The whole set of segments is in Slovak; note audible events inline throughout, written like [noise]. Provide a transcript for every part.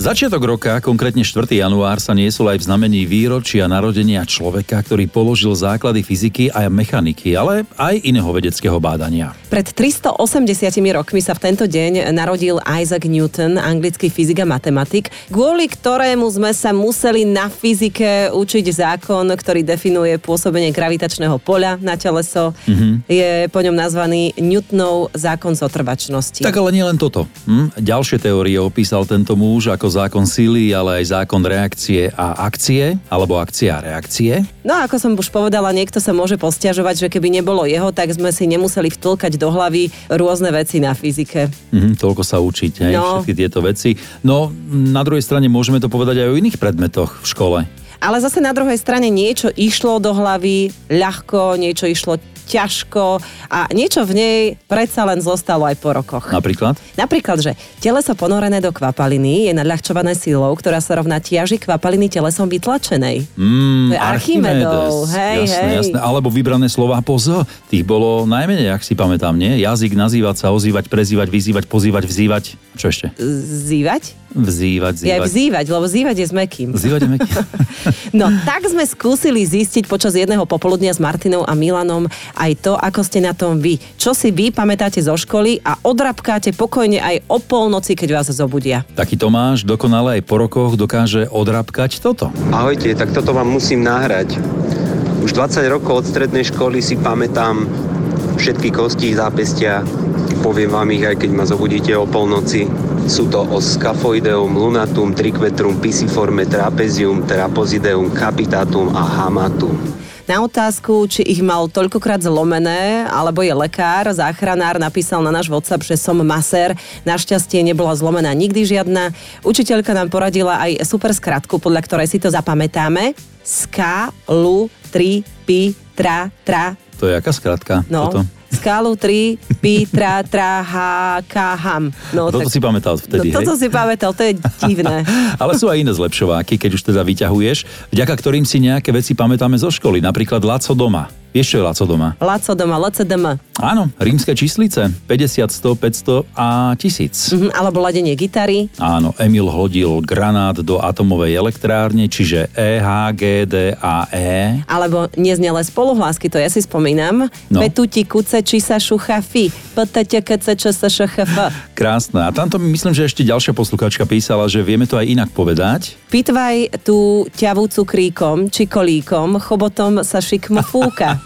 Začiatok roka, konkrétne 4. január, sa niesol aj v znamení výročia narodenia človeka, ktorý položil základy fyziky a mechaniky, ale aj iného vedeckého bádania. Pred 380 rokmi sa v tento deň narodil Isaac Newton, anglický fyzik a matematik, kvôli ktorému sme sa museli na fyzike učiť zákon, ktorý definuje pôsobenie gravitačného poľa na teleso. Mm-hmm. Je po ňom nazvaný Newtonov zákon zotrvačnosti. Tak ale nielen toto. Hm? Ďalšie teórie opísal tento muž ako zákon síly, ale aj zákon reakcie a akcie, alebo akcia a reakcie. No a ako som už povedala, niekto sa môže posťažovať, že keby nebolo jeho, tak sme si nemuseli vtlkať do hlavy rôzne veci na fyzike. Mhm, toľko sa učiť, hej, No. všetky tieto veci. No, na druhej strane môžeme to povedať aj o iných predmetoch v škole. Ale zase na druhej strane niečo išlo do hlavy ľahko, niečo išlo ťažko a niečo v nej predsa len zostalo aj po rokoch. Napríklad? Napríklad, že teleso ponorené do kvapaliny je nadľahčované silou, ktorá sa rovná ťaži kvapaliny telesom vytlačenej. Mm, To je Archimedov, hej, jasné, hej. Jasné. Alebo vybrané slová po Z. Tých bolo najmenej, ak si pamätám, nie? Jazyk, nazývať sa, ozývať, prezývať, vyzývať, pozývať, vzývať. Čo ešte? Zývať? Vzývať, Je zývať. aj vzývať, lebo vzývať je s mekým. Vzývať je meký. [laughs] No, tak sme skúsili zistiť počas jedného popoludnia s Martinou a Milanom aj to, ako ste na tom vy. Čo si vy pamätáte zo školy a odrabkáte pokojne aj o polnoci, keď vás zobudia. Taký Tomáš dokonale aj po rokoch dokáže odrabkať toto. Ahojte, tak toto vám musím nahrať. Už 20 rokov od strednej školy si pamätám všetky kosti zápestia. Poviem vám ich, aj keď ma zobudíte o polnoci. Sú to Oscafoideum, Lunatum, Triquetrum, Pisiforme, Trapezium, Trapozideum, Capitatum a Hamatum. Na otázku, či ich mal toľkokrát zlomené, alebo je lekár, záchranár napísal na náš WhatsApp, že som masér. Našťastie nebola zlomená nikdy žiadna. Učiteľka nám poradila aj super skratku, podľa ktorej si to zapamätáme. Ska, lu, tri, pi, tra, tra, To je aká skratka? No, Toto? skálu 3, pi, tra, tra, ha, ka, ham. No, Toto si pamätal vtedy, no, Toto hej? si pamätal, to je divné. Ale sú aj iné zlepšováky, keď už teda vyťahuješ, vďaka ktorým si nejaké veci pamätáme zo školy. Napríklad Laco doma. Vieš, čo je Laco doma? Laco doma, LCDM. Áno, rímske číslice. 50, 100, 500 a 1000. Mhm, alebo ladenie gitary. Áno, Emil hodil granát do atomovej elektrárne, čiže E, H, G, D a E. Alebo neznelé spoluhlásky, to ja si spomínam. No. No. Petuti, kuce, čisa, šucha, fi. Pttkece, čsa, šcha, f. Krásne. A tamto myslím, že ešte ďalšia posluchačka písala, že vieme to aj inak povedať. Pitvaj tú ťavu cukríkom či kolíkom, chobotom sa šikmo [laughs] fúka.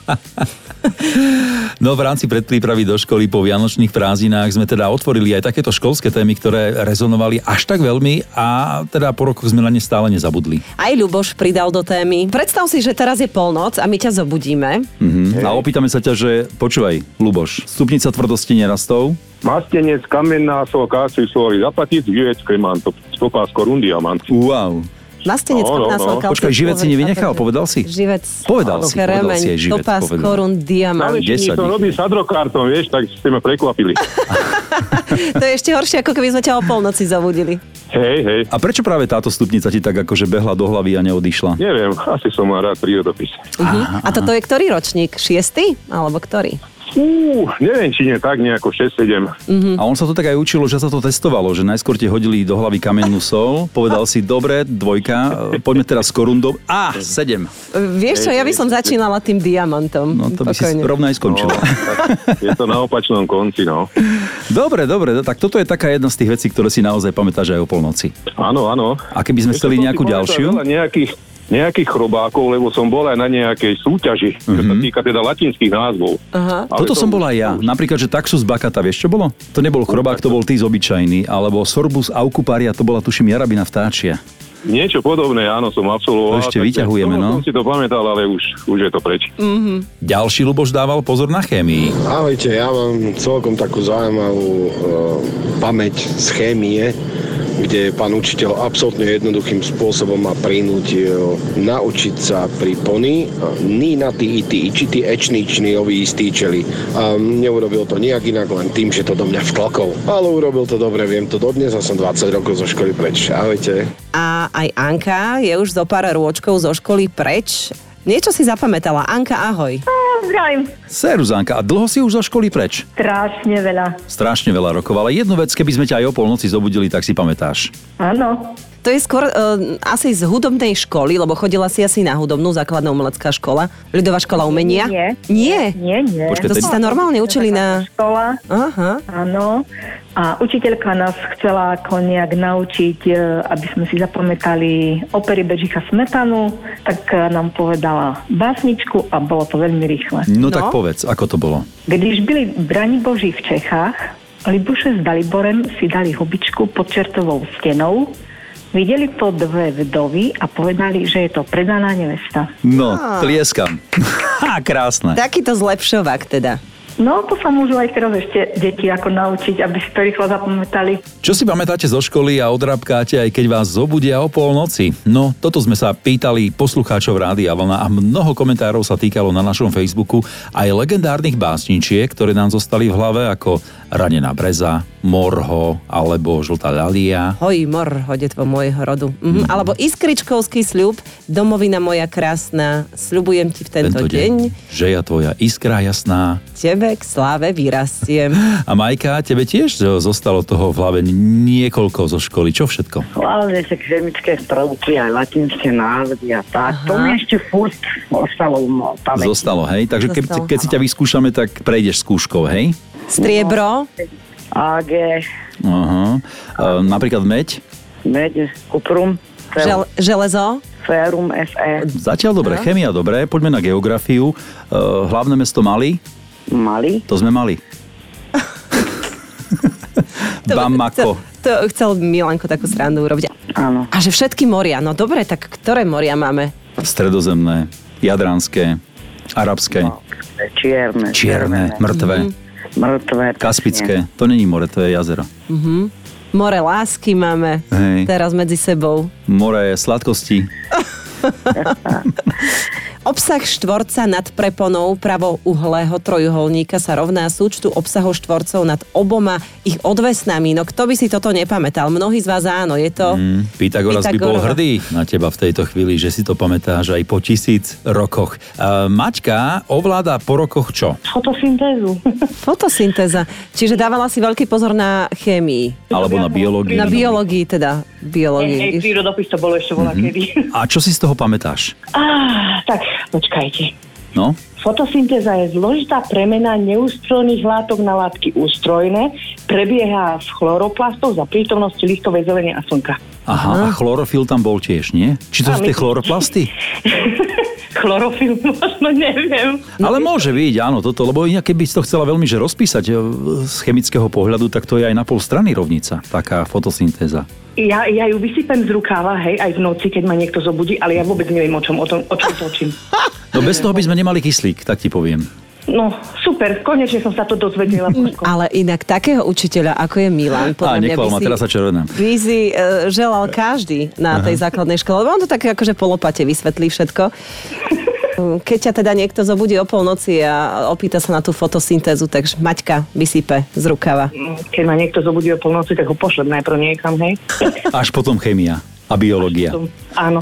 No v rámci predprípravy do školy po vianočných prázdninách sme teda otvorili aj takéto školské témy, ktoré rezonovali až tak veľmi a teda po rokoch sme na ne stále nezabudli. Aj Ľuboš pridal do témy. Predstav si, že teraz je polnoc a my ťa zobudíme. Mhm. A opýtame sa ťa, že počúvaj, Luboš, stupnica tvrdosti nerastov, Mastenec, kamenná sol, káciu soli, zapatic, živec, kremantov, stopás, korundia, mantov. wow, Vlastenec, Áno, kapná áno. solka. Počkaj, živec si nevynechal, povedal si? Živec. Povedal si, povedal Kremeň, si aj živec, topaz, povedal. korun, diamant. Ale Ale- 10 to ich. robí s adrokartom, vieš, tak ste ma [laughs] prekvapili. to je ešte horšie, ako keby sme ťa o polnoci zavudili. hej, hej. A prečo práve táto stupnica ti tak akože behla do hlavy a neodišla? Neviem, asi som mal rád prírodopis. Uh-huh. A toto je ktorý ročník? Šiestý? Alebo ktorý? Fú, neviem, či nie tak nejako 6-7. Mm-hmm. A on sa to tak aj učilo, že sa to testovalo, že najskôr ti hodili do hlavy kamennú sol, povedal si, dobre, dvojka, e, poďme teraz s korundou. A, sedem. Vieš čo, ja by som začínala tým diamantom. No to by si Pokojne. rovno aj No, skončila. tak je to na opačnom konci, no. Dobre, dobre, tak toto je taká jedna z tých vecí, ktoré si naozaj pamätáš aj o polnoci. Áno, áno. A keby sme Vieš, chceli som si nejakú pamätal ďalšiu? veľa Nejakých, nejakých chrobákov, lebo som bol aj na nejakej súťaži, čo sa týka teda latinských názvov. Aha. Ale Mhm. Toto som bola ja. Napríklad, že taxus bakata, vieš čo bolo? To nebol chrobák, to bol ty z obyčajný. Alebo sorbus aucuparia, to bola tuším jarabina vtáčia. Niečo podobné, áno, som absolvoval. To ešte takže vyťahujeme, tomu no. Som si to pamätal, ale už, už je to preč. Ďalší Luboš dával pozor na chémii. Ahojte, ja mám celkom takú zaujímavú e, pamäť z chémie, kde pán učiteľ absolútne jednoduchým spôsobom ma prinútil naučiť sa pri pony ní na ty ity, ičity, ečný, čný, ový, istýčeli. A neurobil to nejak inak, len tým, že to do mňa vtlkol. Ale urobil to dobre, viem to dodnes a som 20 rokov zo školy preč. Ahojte. A aj Anka je už zo pár rôčkov zo školy preč. Niečo si zapamätala. Anka, ahoj. Áno, zdravím. Seruzánka, a dlho si už zo školy preč? Strašne veľa. Strašne veľa rokov, ale jednu vec, keby sme ťa aj o polnoci zobudili, tak si pamätáš. Áno. To je skôr uh, asi z hudobnej školy, lebo chodila si asi na hudobnú základná umelecká škola, ľudová škola umenia. Nie. Nie? Nie, nie. Počkaj, To si sa normálne učili na... Škola, Aha. áno. A učiteľka nás chcela ako nejak naučiť, e, aby sme si zapamätali opery Bežicha Smetanu, tak e, nám povedala básničku a bolo to veľmi rýchle. No, no No. tak povedz, ako to bolo? Když byli brani boží v Čechách, Libuše s Daliborem si dali hubičku pod čertovou stenou, videli to dve vdovy a povedali, že je to predaná nevesta. No, tlieskam. [laughs] Ha, krásne. Takýto zlepšovák teda. No, to sa môžu aj teraz ešte deti ako naučiť, aby si to rýchlo zapamätali. Čo si pamätáte zo školy a odrabkáte, aj keď vás zobudia o polnoci? No, toto sme sa pýtali poslucháčov Rádia Vlna a mnoho komentárov sa týkalo na našom Facebooku aj legendárnych básničiek, ktoré nám zostali v hlave ako Ranená breza, Morho alebo Žltá ľalia. Hoj mor, hodetvo môjho rodu. Mhm. Alebo iskričkovský sľub, domovina moja krásna, sľubujem ti v tento, Tento deň, že ja tvoja iskra jasná. tebe k sláve vyrastiem. A Majka, tebe tiež zostalo toho v hlave niekoľko zo školy. Čo všetko? Hlavne tie chemické prvky, aj latinské názvy a tak. Aha. To mi ešte furt ostalo v pamäti. Zostalo, hej? Takže keď, Zostalo. keď si ťa vyskúšame, tak prejdeš skúškou, hej? Striebro, AG, Aha. Uh, napríklad meď? med, kuprum, fel, E, žel- železo, ferum, fe, Zatiaľ dobre, chemia dobre, poďme na geografiu. Uh, hlavné mesto Mali, mali. to sme mali. Bamako. [laughs] To, to chcel Milanko takú srandu urobiť. Áno. A že všetky moria, no dobre, tak ktoré moria máme? Stredozemné, jadranské, arabské, No. Čierne, čierne, Mhm. mŕtve, mŕtve. presne. kaspické. To není more, to je jazero. More lásky máme Hej. teraz medzi sebou. More je sladkosti. Obsah štvorca nad preponou pravouhlého trojuholníka sa rovná súčtu obsahov štvorcov nad oboma ich odvesnami. No kto by si toto nepamätal? Mnohí z vás áno, je to... Mm. Pythagoras by bol Pythagorova. hrdý na teba v tejto chvíli, že si to pamätáš aj po tisíc rokoch. Uh, Maťka ovláda po rokoch čo? [laughs] Fotosyntézu. Fotosyntéza. Čiže dávala si veľký pozor na chémii. Alebo na biológii? Na biológii teda. Hej, Biológii. prírodopis to bolo ešte volá kedy. A čo si z toho pamätáš? [laughs] Ah, tak, počkajte. No? Fotosyntéza je zložitá premena neústrojných látok na látky ústrojné, prebieha v chloroplastoch za prítomnosti listovej zelene a slnka. [laughs] Aha, a chlorofil tam bol tiež, nie? Či to sú Áno. tie chloroplasty? Chlorofil možno neviem. Ale môže byť, áno, toto, lebo inak keby si to chcela veľmi že rozpísať e, z chemického pohľadu, tak to je aj na pol strany rovnica, taká fotosyntéza. Ja, ja ju vysypem z rukáva, hej, aj v noci, keď ma niekto zobudí, ale ja vôbec neviem, o čom, o tom, o čom točím. No bez toho by sme nemali kyslík, tak ti poviem. No, super, konečne som sa to dozvedela. Božko. Ale inak takého učiteľa, ako je Milan, Á, podľa mňa by nechvál ma, si, teraz sa červenám. by si e, želal každý na tej základnej škole, lebo on to tak akože po lopate vysvetlí všetko. Keď ťa teda niekto zobudí o polnoci a opýta sa na tú fotosyntézu, takže Maťka vysype z rukava. Keď ma niekto zobudí o polnoci, tak ho pošlem najprv niekam, hej. Až potom chémia a biológia. To- Áno.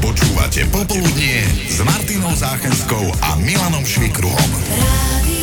Počúvate Popoludnie s Martinou Záchenskou a Milanom Švikruhom. Radio